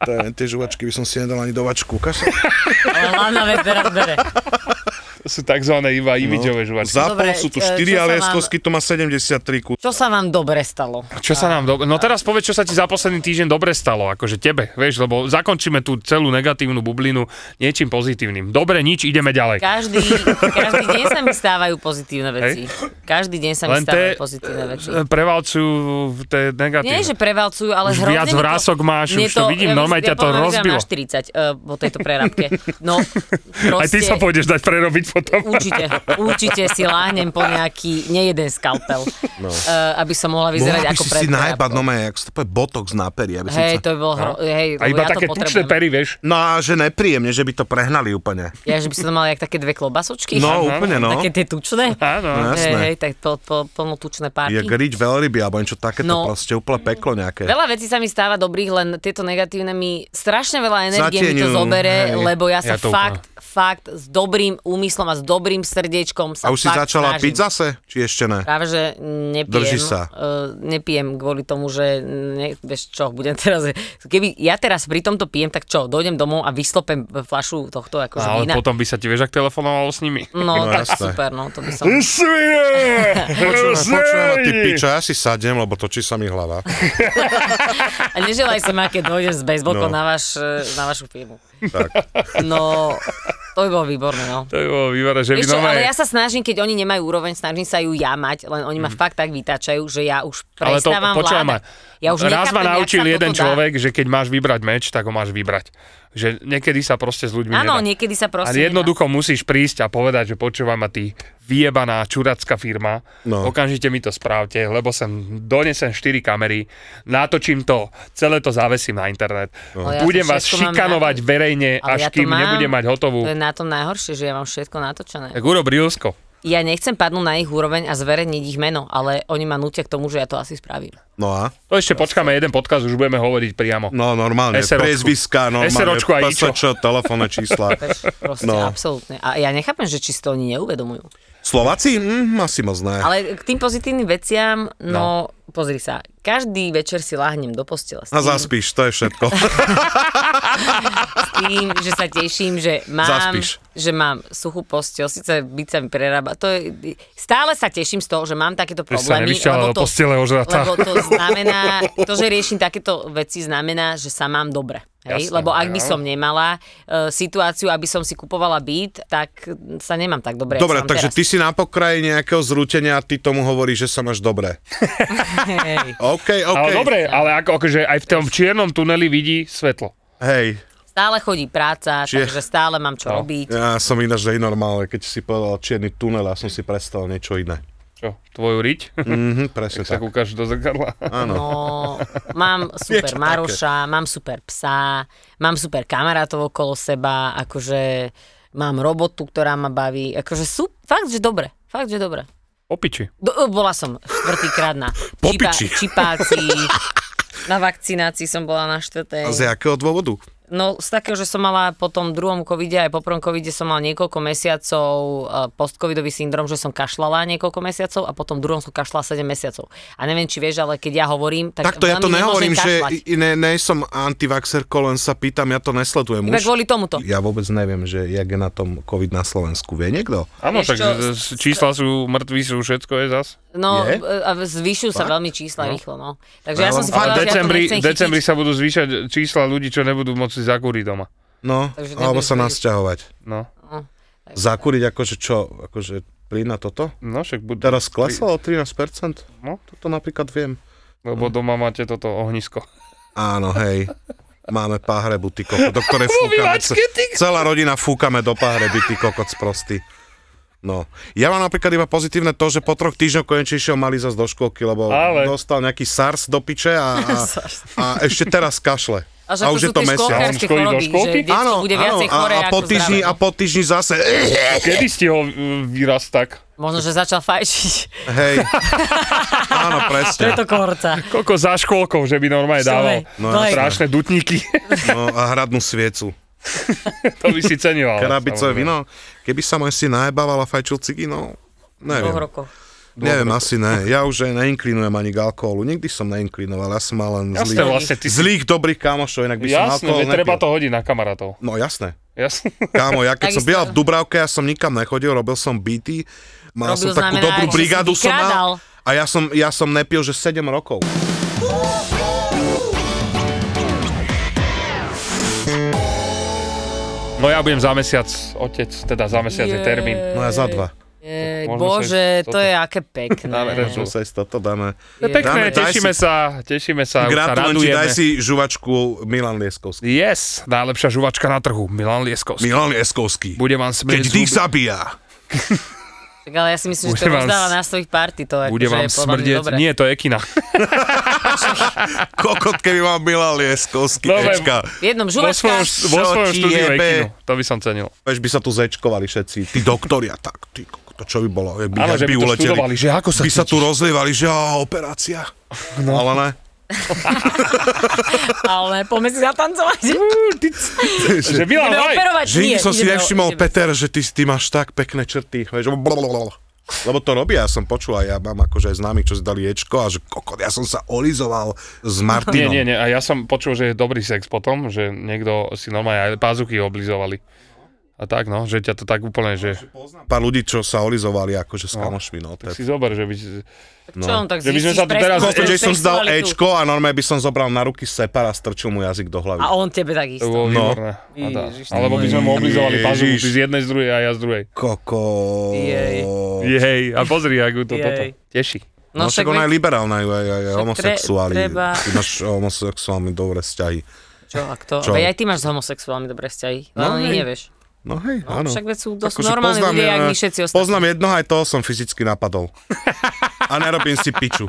S4: To je, tie žuvačky by som si nedal ani do vačku. Ukáž sa?
S5: Ale hlavná vec teraz bere.
S3: To sú takzvané
S4: No.
S3: iba imidžové žuvačky.
S4: Zápo
S5: Dobre,
S4: sú
S5: e, čo
S4: tu 4
S5: sa
S4: a
S5: vám-
S4: Lieskovský tu má 73 kus.
S5: Čo sa vám dobre stalo?
S3: Čo sa nám... Do... No teraz povedz, čo sa ti za posledný týždeň dobre stalo, akože tebe, vieš, lebo zakončíme tú celú negatívnu bublinu niečím pozitívnym. Dobre, nič, ideme ďalej.
S5: Každý, každý deň sa mi stávajú pozitívne veci. Každý deň sa mi
S3: Len
S5: stávajú
S3: te eh,
S5: pozitívne veci.
S3: prevalcujú tie negatívne.
S5: Nie, že prevalcujú, ale
S3: Už
S5: hrozne
S3: viac
S5: mi to-
S3: vrások máš,
S5: mne
S3: už to vidím,
S5: ja
S3: normálne
S5: myslím,
S3: ťa to
S5: ja poviem, že
S3: rozbilo.
S5: Máš 40 uh, po tejto prerábke. No,
S3: [laughs] Aj
S5: proste-
S3: ty sa pôjdeš dať prerobiť potom.
S5: Určite, určite si láhnem po nejaký nejeden skalpel, no. uh, aby som mohla vyzerať
S4: Mohla by
S5: ako
S4: No, si
S5: pred
S4: si najebať,
S5: prerábkou.
S4: no jak sa to povie, botox na pery. Aby si
S5: Hej,
S4: sa...
S5: to by bolo, hro... hej,
S3: [laughs] A
S5: lebo
S3: iba
S5: ja
S3: také
S5: to
S3: tučné
S5: potrebujem.
S3: pery, vieš.
S4: No a že nepríjemne, že by to prehnali úplne.
S5: Ja, že by som to mal jak také dve klobasočky.
S4: No, úplne, no.
S5: Také tie tučné.
S3: Áno.
S4: No, jasné.
S5: Hej, hej, tak pl, pl, plnotučné párky.
S4: Je grič veľryby, alebo niečo takéto,
S5: No.
S4: proste úplne peklo nejaké.
S5: Veľa vecí sa mi stáva dobrých, len tieto negatívne mi strašne veľa energie mi to
S4: Zatieňujú,
S5: zobere,
S4: hej.
S5: lebo ja sa
S3: Ja to
S5: fakt, fakt s dobrým úmyslom a s dobrým srdiečkom sa
S4: A už si
S5: fakt
S4: začala
S5: snažím.
S4: piť zase? Či ešte ne?
S5: Práve, že nepijem.
S4: Držíš sa.
S5: Uh, nepijem kvôli tomu, že ne, vieš čo, budem teraz... Keby ja teraz pri tomto pijem, tak čo, dojdem domov a vyslopem flašu tohto akože
S3: Ale
S5: vína.
S3: potom by sa ti, vieš, ak telefonovalo s nimi.
S5: No,
S4: No,
S5: tak
S4: jasné.
S5: super, no, to by som...
S4: Počúvaj, počúvaj, ma, ty
S3: Počúvaj,
S4: piča, ja si sadnem, lebo točí sa mi hlava.
S5: A neželaj sa ma, keď dojdem s baseballkou
S4: No.
S5: na, váš, eh, na vašu firmu.
S4: Tak.
S5: No, to by bolo výborné, no.
S3: To je bolo výborné, že by
S5: Vieš čo,
S3: nové...
S5: ale ja sa snažím, keď oni nemajú úroveň, snažím sa ju ja mať, len oni ma fakt tak vytačajú, že ja už
S3: Mhm. Ale to,
S5: prestávam
S3: počúvaj ma,
S5: vládať. Ja už
S3: raz ma
S5: nechápem, jak
S3: naučil
S5: sa toto
S3: jeden
S5: dá.
S3: človek, že keď máš vybrať meč, tak ho máš vybrať. Že niekedy sa proste s ľuďmi
S5: Áno,
S3: nedá.
S5: niekedy sa no.
S3: A
S5: proste
S3: jednoducho musíš prísť a povedať, že počúvaj ma ty vyjebaná čuracká firma, no.
S4: No.
S3: okamžite mi to správte, lebo sem donesem 4 kamery, natočím to, celé to zavesím na internet.
S4: No.
S5: Ale ja to
S3: Budem vás
S5: všetko mám
S3: šikanovať
S5: na-
S3: verejne,
S5: Ale
S3: až
S5: ja to
S3: kým
S5: mám.
S3: nebudem mať hotovú.
S5: To je na tom najhoršie, že ja mám všetko natočené.
S3: Tak urob Rilsko.
S5: Ja nechcem padnúť na ich úroveň a zverejniť ich meno, ale oni ma nutia k tomu, že ja to asi spravím.
S4: No a?
S3: To ešte počkáme jeden podcast, už budeme hovoriť priamo.
S4: No normálne,
S3: SROčku.
S4: priezviska, normálne,
S3: SROčku a Ičo.
S4: PSČ, telefónne
S5: [laughs]
S4: čísla.
S3: [laughs]
S5: Vieš, Proste, no.
S4: No.
S5: absolútne. A ja nechápem, že či si to oni neuvedomujú.
S4: Slováci? Mm, asi moc ne.
S5: Ale k tým pozitívnym veciam, no, no. pozri sa, každý večer si láhnem do postela s
S4: A
S5: tým,
S4: zaspíš, to je
S5: [laughs]
S4: všetko.
S5: s tým, že sa teším, že mám,
S4: Zaspíš.
S5: že mám suchú postel, síce byť sa mi prerába. To je, stále sa teším z toho, že mám takéto
S3: Že sa
S5: problémy.
S3: nevyšťala do
S5: to,
S3: postele ožratá.
S5: lebo to znamená, to, že riešim takéto veci, znamená, že sa mám dobre. Hej?
S3: Jasné,
S5: Lebo ak by
S3: áno.
S5: som nemala e, situáciu, aby som si kupovala byt, tak sa nemám tak dobre.
S4: Dobre,
S5: ako sa mám
S4: takže
S5: teraz.
S4: ty si na pokraji nejakého zrútenia a ty tomu hovoríš, že sa máš dobre.
S5: Hej.
S4: [laughs] OK, OK.
S3: Ale dobre, ale ako, akože aj v tom čiernom tuneli vidí svetlo.
S4: Hej,
S5: Stále chodí práca,
S4: Čiže-
S5: Čiže... takže stále mám čo
S3: No.
S5: robiť.
S4: ja som ináč nenormálne, keď si povedal čierny tunel, ja som si predstavil niečo iné.
S3: Čo, tvoju riť?
S4: Mhm,
S3: [laughs]
S4: presne
S3: Tak sa
S4: tak.
S3: kúkaš do
S4: [laughs]
S3: zrkadla.
S4: Áno.
S5: No, mám super
S4: [laughs] Niečo
S5: Maroša, mám super psa, mám super kamarátov okolo seba, akože mám robotu, ktorá ma baví, akože sú, fakt, že dobre, fakt, že dobre.
S3: Opiči.
S5: Do, bola som štvrtýkrát na
S4: Po
S5: čipa,
S4: piči. [laughs]
S5: čipácii, na vakcinácii som bola na
S4: A z
S5: štvrtej.
S4: jakého dôvodu?
S5: No z takého, že som mala po tom druhom covide aj po prvom covide som mala niekoľko mesiacov eh, postcovidový syndrom, že som kašlala niekoľko mesiacov a potom druhom som kašlala 7 mesiacov. A neviem, či vieš, ale keď ja hovorím, tak
S4: Takto ja to
S5: veľmi nemôžem
S4: nehovorím, že
S5: kašľať.
S4: i- ne, ne som antivaxerko, len sa pýtam, ja to nesledujem
S5: Iba
S4: už.
S5: kvôli tomuto.
S4: Ja vôbec neviem, že jak je na tom COVID na Slovensku. Vie niekto?
S3: Áno,
S5: Vieš
S3: tak
S5: čo,
S3: z- z- čísla sú, mŕtvi sú, všetko je zas.
S5: No, e,
S4: Je?
S5: a zvyšujú sa
S4: Fakt?
S5: veľmi čísla rýchlo, no. Takže ja
S4: Ale
S5: som si
S4: fakt,
S5: povedala, že ja to
S3: decembri,
S5: nechcem
S3: decembri
S5: [laughs] chytiť.
S3: sa budú zvýšať čísla ľudí, čo nebudú môcť si zakúriť doma.
S4: No,
S5: Takže
S4: alebo
S5: nebudeš
S4: sa
S5: vedieť.
S4: nasťahovať.
S3: No,
S4: Zakúriť akože čo? Akože plyn na toto?
S3: no však budú.
S4: Teraz klesalo o 13%?
S3: No.
S4: Toto napríklad viem.
S3: Lebo doma máte toto
S5: [laughs]
S3: ohnisko.
S4: Áno, hej. Máme pahrebu, ty kokot, do ktorej fúkame.
S3: Umývačke, ty
S4: ce- Celá rodina fúkame do pahreby, ty kokot sprostý. No. Ja mám napríklad iba pozitívne to, že po troch týždňoch konečne išiel malý zas do školky, lebo
S3: Ale-
S4: dostal nejaký SARS do piče a,
S5: [laughs]
S4: a, a ešte teraz kašle.
S5: A že to sú tie školkárske
S3: On chodí do
S5: choroby, že
S3: školky?
S5: detstvo bude viacej
S4: a,
S5: choré
S4: a, po
S5: ako
S4: týždni, a
S5: zdravé.
S4: po týždni zase, eh,
S3: Kedy stihol uh, výraz tak?
S5: Možno, že začal fajčiť. [laughs]
S4: hej. Áno,
S5: To je
S4: presne.
S5: to korca.
S3: Koľko za škôlkou, že by normálne dával.
S5: No,
S4: No,
S5: no,
S3: Strašné dutníky. [laughs]
S4: No a hradnú sviecu.
S3: to by si cenil. ale
S4: Krabicové
S3: samozrejme.
S4: vino. Keby sa môj syn najebával a fajčil cigy, no neviem.
S5: dvoch rokov.
S4: Neviem, asi ne. Ja už aj neinklinujem ani k alkoholu. Nikdy som neinklinoval. Ja som mal len
S3: Jasné,
S4: zlých,
S3: vlastne ty si...
S4: zlých dobrých kamošov, inak by som
S3: Jasné,
S4: alkohol
S3: veď
S4: nepil.
S3: treba to hodiť na kamarátov.
S4: No jasné.
S3: Jasné.
S4: Kámo, ja keď som
S5: Takisto.
S4: býval v Dubravke, ja som nikam nechodil, robil som beaty, mal
S5: Robil
S4: som takú
S5: znamená,
S4: dobrú
S5: že si
S4: brigádu som
S5: vykrádal.
S4: mal. A ja som, ja som nepil, že 7 rokov.
S3: [laughs] No ja budem za mesiac otec, teda za mesiac je termín.
S4: No a za dva.
S5: Jej,
S3: Môžeme
S5: bože,
S3: sa ísť
S5: to
S3: toto.
S5: je aké pekné.
S3: Dáme rezu.
S4: Čo sa ísť toto dáme.
S3: To je pekné,
S4: Dáme, daj
S3: tešíme
S4: si-
S3: sa, tešíme sa, už sa
S4: Gratulujem ti,
S3: radujeme.
S4: daj si žuvačku Milan Lieskovský.
S3: Yes, najlepšia žuvačka na trhu, Milan Lieskovský.
S4: Milan Lieskovský.
S3: Budem vám
S4: Keď
S3: smrieť
S4: dých
S3: zuby,
S4: zabíja.
S5: Tak ale ja si myslím, že to
S3: Bude vám
S5: rozdáva
S3: s-
S5: na svojich party. To akože
S3: bude vám smrdieť,
S5: dobre.
S3: nie, to je
S4: [laughs]
S3: kina.
S4: Kokot, keby mal Milan Lieskovský.
S3: Dobre.
S4: Ečka.
S5: V jednom
S3: Vo
S5: žuvačkách,
S3: svojom, vo
S4: Čo
S3: svojom
S4: ti
S3: štúdiu je
S4: jebe?
S3: kino, to by som cenil.
S4: Vieš, by sa tu zečkovali všetci, tí doktori a tak, ty, to čo by bolo, jak by,
S3: Áno,
S4: jak
S3: že by to študovali, že ako sa
S4: by sa tu rozlievali, že á, operácia, no. ale ne.
S5: ale poďme si zatancovať.
S3: Že Milan,
S5: Ideme
S3: vaj!
S5: operovať.
S4: Že nikdy
S5: Nie,
S4: som si
S5: ideme-
S4: nevšimol,
S5: ideme-
S4: Peter, že ty, ty máš tak pekné črty, vieš, blablabla. lebo to robia, ja som počul a ja mám akože aj známy, čo si dali ječko a že kokot, ja som sa olizoval s
S3: Nie,
S4: Martinom.
S3: nie, nie, a ja som počul, že je dobrý sex potom, že niekto si normálne aj pázuky oblizovali. A tak no, že ťa to tak úplne, že
S4: Pár ľudí, čo sa olizovali akože s kamošmi, no. to
S3: tak si
S4: je-
S3: zober, že by...
S5: Čo on tak
S3: Že by sme
S5: zistíš
S3: sa tu teraz-
S5: presne
S4: Kokot, že som zdal
S5: sexualitu.
S4: Ečko a normálne by som zobral na ruky separ a strčil mu jazyk do hlavy.
S5: A on tebe
S3: To
S5: takisto.
S3: bolo
S4: No.
S3: výborné. A dá.
S5: Ježiš, ty
S3: Alebo by sme mu oblizovali pazuku, ty
S4: Ježiš.
S3: z jednej, z druhej a ja z druhej.
S4: Kokot.
S5: Jej.
S3: Jej, a pozri, ako to
S5: Jej.
S3: toto teší.
S4: No, však ona je liberálna, je, je, je
S5: Však
S4: homosexuáli.
S5: tre- treba-
S4: Ty máš homosexuálmi dobré vzťahy.
S5: Čo, a kto?
S4: Čo?
S5: Veď aj ty máš s homosexuálmi dobré vzťahy. No,
S4: No, hej.
S5: Len nevieš.
S4: No hej,
S5: No,
S4: áno.
S5: však veď sú dosť
S4: Akože
S5: normálni
S4: poznám,
S5: ľudia,
S4: ja-
S5: jak my všetci ostatní.
S4: Poznám jednoho, aj toho som fyzicky napadol. A nerobím si piču.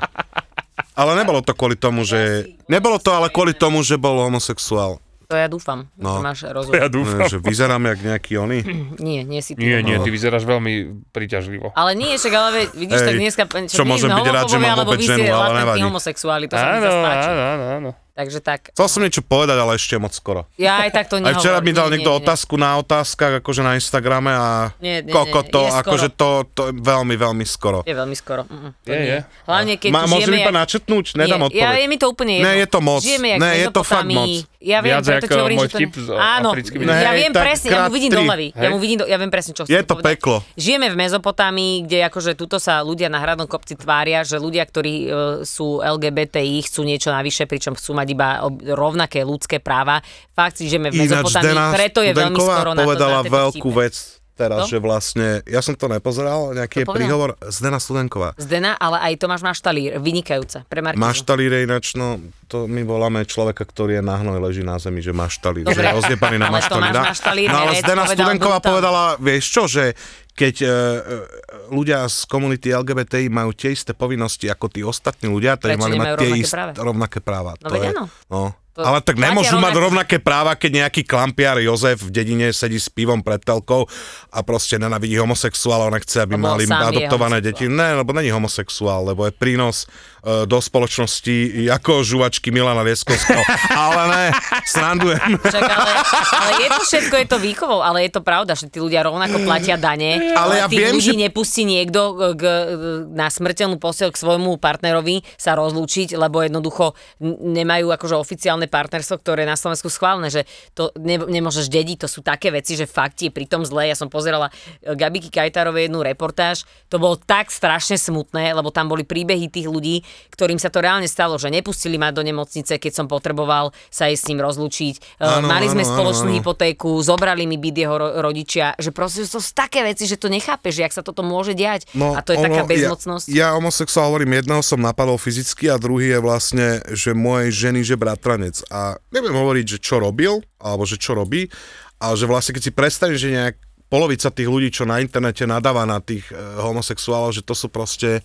S4: Ale nebolo to kvôli tomu, že... Nebolo to ale kvôli tomu, že bol homosexuál.
S5: To ja dúfam, že
S4: No.
S5: máš rozum.
S3: Ja dúfam.
S4: Že vyzerám jak nejaký oný.
S5: Nie, nie si ty.
S3: Nie, nie,
S4: No.
S3: ty vyzeráš veľmi príťažlivo.
S5: Ale nie, však ale veď, vidíš,
S4: Hej,
S5: tak dneska...
S4: čo môžem byť rád, že mám
S5: homofóbia,
S4: vôbec ženu, ale
S5: latentní
S4: nevadí.
S5: homosexuáli, to sa mi
S3: Áno,
S5: zase páči.
S3: áno, áno, áno.
S5: Takže tak.
S4: Chcel som niečo povedať, ale ešte je moc skoro.
S5: Ja aj tak to
S4: Aj
S5: nehovorím.
S4: včera mi dal
S5: No, nie,
S4: niekto
S5: nie, nie.
S4: otázku na otázkach, akože na Instagrame a
S5: Nie, nie, nie,
S4: koko
S5: nie,
S4: to,
S5: je skoro.
S4: akože to, to je veľmi, veľmi skoro.
S5: Je veľmi skoro. Mm, mm, to
S3: Je,
S5: nie.
S3: je.
S5: Hlavne keď
S4: Ma,
S5: tu
S4: môžem
S5: žijeme...
S4: iba
S5: jak-
S4: načetnúť? Nedám
S5: nie, ja,
S4: odpoveď.
S5: je mi to úplne jedno.
S4: Ne, je to moc.
S5: Žijeme jak v
S4: Ne, je to fakt moc.
S5: Mezopotámii. Ja viem,
S3: Viac
S5: preto ti
S3: ako
S5: hovorím,
S3: môj
S5: že to...
S3: vtip s
S5: Áno,
S3: africkým
S4: Ne,
S5: ja viem
S4: tak
S5: presne, ja mu
S4: krát
S5: vidím
S4: tri.
S5: do hlavy. Ja
S3: Hej.
S5: mu vidím do... Ja viem presne, čo
S4: Je
S5: chcem
S4: to
S5: povedať.
S4: peklo.
S5: Žijeme v Mezopotámii, kde akože tuto sa ľudia na hradnom kopci tvária, že ľudia, ktorí e, sú LGBTI, chcú niečo navyše, pričom chcú mať iba ob- rovnaké ľudské práva. Fakt si žijeme v
S4: Ináč
S5: Mezopotámii,
S4: Dena
S5: preto je veľmi
S4: Studenková
S5: skoro na to
S4: povedala
S5: na tieto
S4: veľkú
S5: vtipy.
S4: vec teraz,
S5: No?
S4: že vlastne, ja som to nepozeral,
S5: To
S4: nejaký je
S5: povedala?
S4: príhovor Zdena Studenková.
S5: Zdena, ale aj Tomáš Maštalír, vynikajúce. Pre Markizu.
S4: Maštalíre ináč, no, to my voláme človeka, ktorý je na hnoj, leží na zemi, že maštalír, že
S5: Dobre.
S4: je rozdepaný na
S5: Ale to máš
S4: maštalíra.
S5: maštalír,
S4: No ale
S5: herec,
S4: Zdena
S5: povedal
S4: Studenková
S5: brutálne.
S4: povedala, vieš čo, že keď e, e, ľudia z komunity LGBTI majú tie isté povinnosti ako tí ostatní ľudia, tak by
S5: Prečo
S4: mali mať
S5: nemajú
S4: tie
S5: rovnaké
S4: isté
S5: práva?
S4: rovnaké práva.
S5: No
S4: to
S5: veď
S4: je,
S5: áno.
S4: no.
S5: To-
S4: ale tak
S5: Máte
S4: nemôžu mať
S5: rovnaké-
S4: rovnaké práva, keď nejaký klampiar Jozef v dedine sedí s pivom pred telkou a proste nenavidí homosexuála, on chce, aby
S5: Lebo
S4: mali
S5: sám je
S4: adoptované
S5: homosexuál.
S4: deti. Ne, lebo není homosexuál, lebo je prínos e, do spoločnosti ako žuvačky Milana
S5: [laughs]
S4: Lieskovského. Ale ne, srandujem.
S5: Čak, ale, ale je to všetko, je to výchovou, ale je to pravda, že tí ľudia rovnako platia dane.
S4: Ale ja
S5: tých
S4: viem,
S5: ľudí
S4: že-
S5: nepustí niekto k, na smrteľnú posiel k svojmu partnerovi sa rozlúčiť, lebo jednoducho n- nemajú akože oficiálne partnerstvo, ktoré je na Slovensku schválne, že to ne, nemôžeš dediť, to sú také veci, že fakt ti je pri tom zle. Ja som pozerala e, Gabiky Kajtarovej jednu reportáž, to bolo tak strašne smutné, lebo tam boli príbehy tých ľudí, ktorým sa to reálne stalo, že nepustili ma do nemocnice, keď som potreboval sa aj s ním rozlúčiť. E,
S4: Áno,
S5: Mali sme
S4: áno, áno,
S5: spoločnú
S4: áno.
S5: hypotéku hypotéku, zobrali mi byt jeho ro- rodičia, že proste sú to také veci, že to nechápeš, jak sa toto môže diať. No, a to je ono, taká bezmocnosť. Ja,
S4: Ja, ja homosexuál hovorím, jedného som napadol fyzicky a druhý je vlastne, že mojej ženy, že bratranec. A neviem hovoriť, že čo robil, alebo že čo robí, ale že vlastne keď si predstavím, že nejak polovica tých ľudí, čo na internete nadáva na tých e, homosexuálov, že to sú proste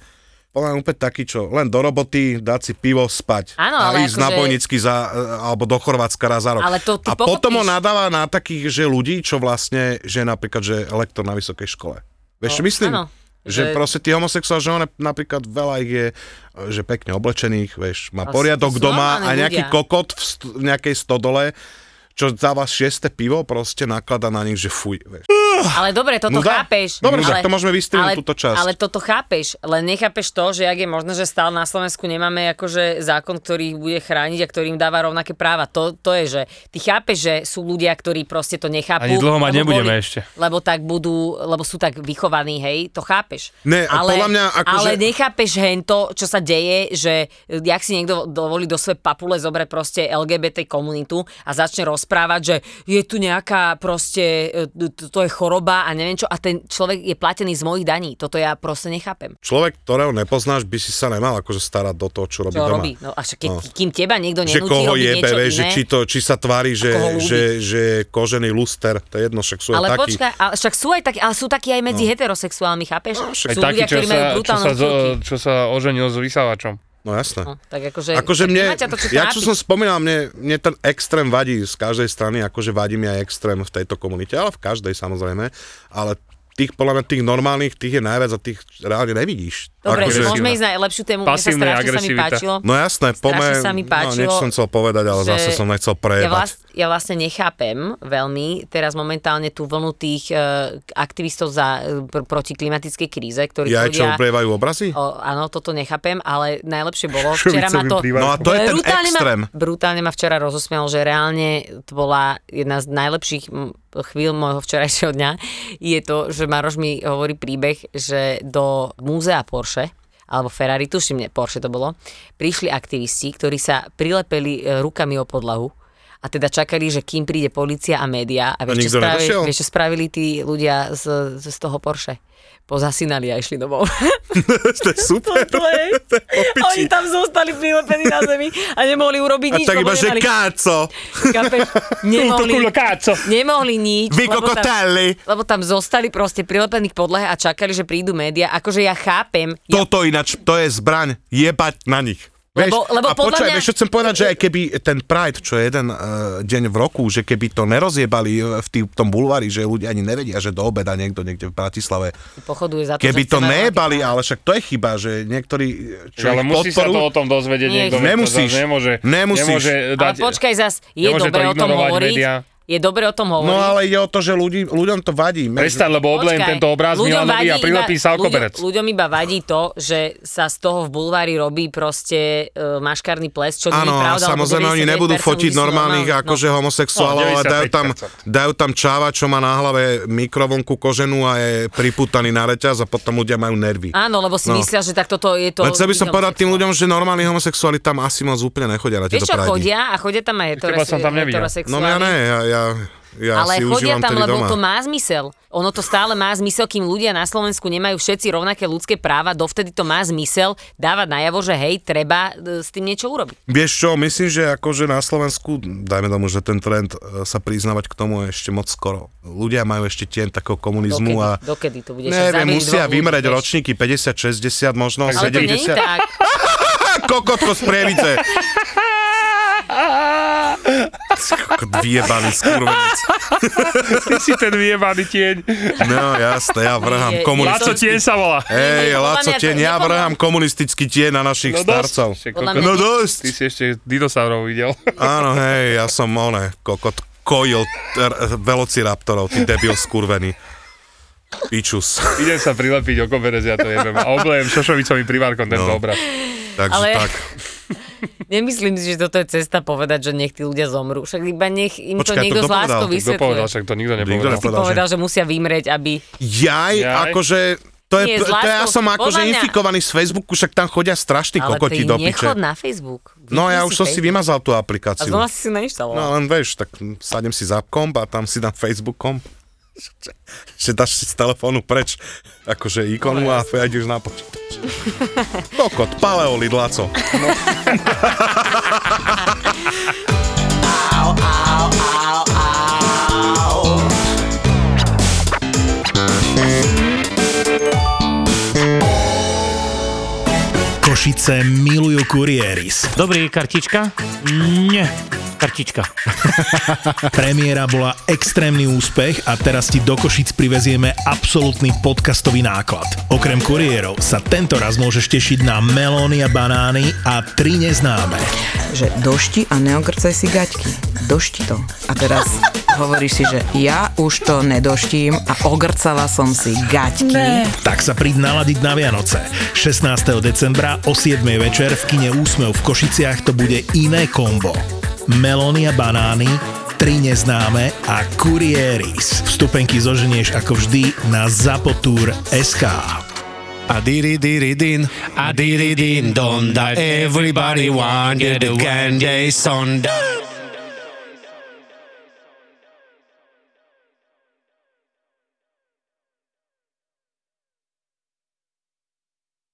S4: podľa mňa úplne takí, čo len do roboty, dať si pivo, spať.
S5: Áno,
S4: a
S5: ale akože-
S4: ísť na bojnicky za, e, alebo do Chorvátska raz za rok.
S5: Ale to ty
S4: a potom
S5: pochopíš.
S4: on nadáva na takých, že ľudí, čo vlastne, že napríklad, že lektor na vysokej škole. Vieš, čo myslím?
S5: No, áno. Že-
S4: Že, proste tí homosexuál, že on napríklad veľa ich je, e, že pekne oblečených, vieš, má
S5: A
S4: poriadok
S5: sú
S4: doma a
S5: normálni
S4: nejaký
S5: ľudia.
S4: kokot v, st- v nejakej stodole, čo dáva šieste pivo, proste naklada na nich, že fuj, vieš.
S5: ale dobre, toto
S4: nuda.
S5: chápeš.
S4: No Dobre,
S5: ale,
S4: tak to môžeme vystrihnúť,
S5: ale,
S4: túto časť.
S5: Ale toto chápeš, len nechápeš to, že jak je možné, že stále na Slovensku nemáme akože zákon, ktorý ich bude chrániť a ktorý im dáva rovnaké práva. To, to je, že ty chápeš, že sú ľudia, ktorí proste to nechápu.
S3: Ani dlho mať
S5: lebo
S3: nebudeme
S5: boli-
S3: ešte.
S5: Lebo tak budú, lebo sú tak vychovaní, hej, to chápeš.
S4: Ne, a podľa mňa akože-
S5: ale nechápeš hento, čo sa deje, že jak si niekto dovolí do svojej papule zobrať proste LGBT komunitu a začne rozprávať, že je tu nejaká proste, e, t- to je choroba a neviem čo, a ten človek je platený z mojich daní. Toto ja proste nechápem.
S4: Človek, ktorého nepoznáš, by si sa nemal akože starať do toho, čo robí
S5: Čo
S4: doma.
S5: robí? No a však keď,
S4: No.
S5: kým teba niekto
S4: že
S5: nenúti
S4: koho
S5: robiť
S4: jebe,
S5: niečo iné,
S4: vieš, že či, to, či sa tvári, že,
S5: koho ľúbi.
S4: že, že je kožený luster, to je jedno, však sú aj
S5: ale
S4: takí.
S5: počkaj, ale však sú aj takí, ale sú takí aj
S4: No.
S5: medzi heterosexuálmi, chápeš?
S3: Aj
S5: sú ľudia,
S3: taký, čo
S5: ktorí majú
S3: sa, čo,
S5: brutálne
S3: sa, zo-
S5: chutí.
S3: čo sa oženil s vysávačom.
S4: No jasné.
S5: No, tak akože,
S4: Akože
S5: tak
S4: mne,
S5: nemá ťa to, čo
S4: jak čo
S5: trápi.
S4: som spomínal, mne, mne ten extrém vadí z každej strany, akože vadí mi aj extrém v tejto komunite, ale v každej samozrejme, ale tých, podľa mňa, tých normálnych, tých je najviac a tých reálne nevidíš.
S5: Dobre,
S3: Akože-
S5: môžeme ísť na lepšiu tému, mne sa
S3: Pasívna
S5: strašne sa mi
S3: agresivita.
S5: páčilo.
S4: No jasné, pome...
S5: sa mi páčilo,
S4: no, niečo som chcel povedať, ale
S5: že-
S4: zase som nechcel
S5: Ja,
S4: prejebať.
S5: vlast, ja vlastne nechápem veľmi teraz momentálne tú vlnu tých uh, aktivistov za, eh, pr- proti klimatickej kríze, ktorí
S4: ja aj čo,
S5: tvrdia...
S4: uplievajú obrazy?
S5: O, áno, toto nechápem, ale najlepšie bolo,
S3: Čo
S5: včera ma
S3: by chceli
S5: to...
S3: vplývať?
S4: No a to je ten
S5: brutálne
S4: extrém.
S5: Ma, brutálne ma včera rozosmial, že reálne to bola jedna z najlepších mm, chvíľ môjho včerajšieho dňa. Je to, že Maroš mi hovorí príbeh, že do múzea Porsche alebo Ferrari, tuším, ne, Porsche to bolo, prišli aktivisti, ktorí sa prilepeli e, rukami o podlahu a teda čakali, že kým príde policia a média a vieš, čo,
S4: nikto
S5: spravi,
S4: nedošiel?
S5: vieš, čo spravili tí ľudia z, z toho Porsche? Pozasinali a išli
S4: [laughs]
S5: domov.
S4: to je super.
S5: [laughs] To je. Oni tam zostali prilepení na zemi a nemohli urobiť
S4: A
S5: nič.
S4: tak
S5: lebo
S4: iba, že
S5: nemali-
S4: káco,
S5: Chápeš? Nemohli,
S3: káco.
S5: nemohli nič.
S4: vy
S5: lebo tam-
S4: kokotelli.
S5: Lebo tam zostali proste prilepení k podlahe a čakali, že prídu média. Akože ja chápem. Ja,
S4: Toto ináč, to je zbraň, jebať na nich. Vieš,
S5: Lebo- lebo
S4: a
S5: podľa
S4: počkaj,
S5: mňa-
S4: vieš, čo chcem povedať, že aj keby ten Pride, čo je jeden uh, deň v roku, že keby to nerozjebali eh, v, tý, v tom bulvári, že ľudia ani nevedia, že do obeda niekto niekde v Bratislave.
S5: Pochoduje za to,
S4: Keby
S5: že no.
S4: to
S5: chce mať
S4: nejebali, ale však to je chyba, že niektorí, eh, čo
S3: ale
S4: ich
S3: musí sa
S4: podporujú-
S3: to o tom dozvedieť
S5: Nie,
S3: niekto.
S5: nie.
S3: veď to
S4: Nemusíš.
S3: zas Nemôže,
S4: Nemusíš.
S3: nemôže
S5: Ale
S3: dať...
S5: počkaj zas, je
S3: nemôže to
S5: dobre o tom
S3: ignorovať
S5: hovoriť.
S3: médiá.
S5: Je dobre o tom hovoriť.
S4: No ale ide o to, že ľudí, ľuďom to vadí. Medzi-
S3: Prestaň, lebo odlejem
S5: Počkaj,
S3: tento obraz
S5: ľuďom
S3: Milanovi a
S5: vadí
S3: prilepí
S5: iba-
S3: sa
S5: [laughs]
S3: okoberec.
S5: Ľuďom, ľuďom iba vadí to, že sa z toho v bulvári robí proste e, maškarný ples, čo nie je
S4: Áno, a
S5: pravda. lebo
S4: samozrejme oni
S5: 99%
S4: nebudú
S5: ľudí
S4: fotiť
S5: sú
S4: normálnych
S5: normálni.
S4: akože homosexuálov,
S3: No,
S4: ale dajú tam,
S3: 95%.
S4: dajú tam čáva, čo má na hlave mikrovlnku koženú a je priputaný na reťaz a potom ľudia majú nervy.
S5: Áno, lebo si
S4: No.
S5: myslia, že takto to je to...
S4: To Len chcel by som
S5: ľuďom-
S4: povedať tým ľuďom, že normálni homosexuáli tam asi moc úplne nechodia na
S5: Vieš
S4: tieto
S5: čo,
S4: prajdy.
S5: chodia a chodia tam aj
S3: Teba som tam nevidel.
S5: heterosexuálni.
S4: No ja ne, ja, ja, ja
S5: ale
S4: si
S5: chodia
S4: užívam
S5: tam,
S4: tedy
S5: lebo
S4: doma.
S5: to má zmysel. Ono to stále má zmysel, kým ľudia na Slovensku nemajú všetci rovnaké ľudské práva, dovtedy to má zmysel dávať najavo, že hej, treba e, s tým niečo urobiť.
S4: Vieš čo, myslím, že akože na Slovensku, dajme tomu, že ten trend e, sa priznávať k tomu je ešte moc skoro. Ľudia majú ešte tien takého komunizmu
S5: Dokedy,
S4: a...
S5: dokedy to bude? Však
S4: Neviem,
S5: zabili
S4: musia
S5: dvoch ľudí,
S4: vymreť
S5: vieš.
S4: ročníky 50, 60, možno
S5: Ale to nie je
S4: 70.
S5: tak.
S4: Á, kokotko z prievice. Kokot vyjebaný skurvenec.
S3: Ty si ten vyjebaný tieň.
S4: No jasné, ja vrhám
S5: Je-
S3: Laco
S4: komunistický.
S3: tieň sa volá.
S5: Nie,
S4: Ej,
S5: nie, podľa
S4: Laco
S5: mňa to-
S4: tieň, ja
S5: nepodľa-
S4: vrhám komunistický tieň na našich
S3: No dosť.
S4: starcov.
S3: Však
S5: Podľa
S3: kokot.
S5: mňa-
S4: No
S3: Ty
S4: dosť.
S3: si ešte dinosaurov videl.
S4: Áno, hej, ja som one, kokot kojil r- velociraptorov, ty debil skurvený. Pičus.
S3: Idem sa prilepiť o koberec, ja to jebem. A oblejem šošovicovým privárkom tento
S4: No.
S3: obraz.
S4: Takže
S5: Ale-
S4: tak.
S5: Nemyslím si, že toto je cesta povedať, že nech tí ľudia zomrú. Však iba nech im
S4: Počkaj,
S5: to
S4: to
S5: niekto
S4: kto
S5: z láskou
S4: povedal?
S3: Kto povedal,
S5: vysvetľuje.
S3: však to nikto nepovedal.
S4: Nikto
S5: Ty
S4: povedal, že-
S5: povedal, že musia vymrieť, aby...
S4: Jaj,
S3: Jaj.
S4: akože... To je,
S5: Nie, s
S4: to ja
S5: láskou.
S4: som akože
S5: Podľa mňa-
S4: infikovaný z Facebooku, však tam chodia strašní
S5: Ale ty
S4: kokoti do piče.
S5: nechod na Facebook.
S4: No
S5: Vypni
S4: ja už som si
S5: Facebook.
S4: vymazal tú
S5: A
S4: aplikáciu.
S5: znova si si nainštaloval.
S4: No len vieš, tak sadem si za komp a tam si dám Facebook komp. [laughs] Že dáš si z telefónu preč, akože ikonu a ideš na počítač. Kokot, paleolid, Laco.
S1: Košice milujú kurieris.
S6: Dobrý, kartička? Nie, kartička.
S1: Premiéra bola extrémny úspech a teraz ti do Košic privezieme absolútny podcastový náklad. Okrem kuriérov sa tento raz môžeš tešiť na melóny a banány a tri neznáme.
S7: že došti a neogrcaj si gaťky. Došti to. A teraz hovoríš si, že ja už to nedoštím a ogrcala som si gaťky.
S1: Tak sa príď naladiť na Vianoce. 16. decembra o 7. večer v kine Úsmev v Košiciach to bude iné kombo. Melóny a banány, tri neznáme a kurieris. Vstupenky zoženieš ako vždy na zapotur.sk.
S8: A diri diri din, a diri din don that everybody wanted to candy sundae.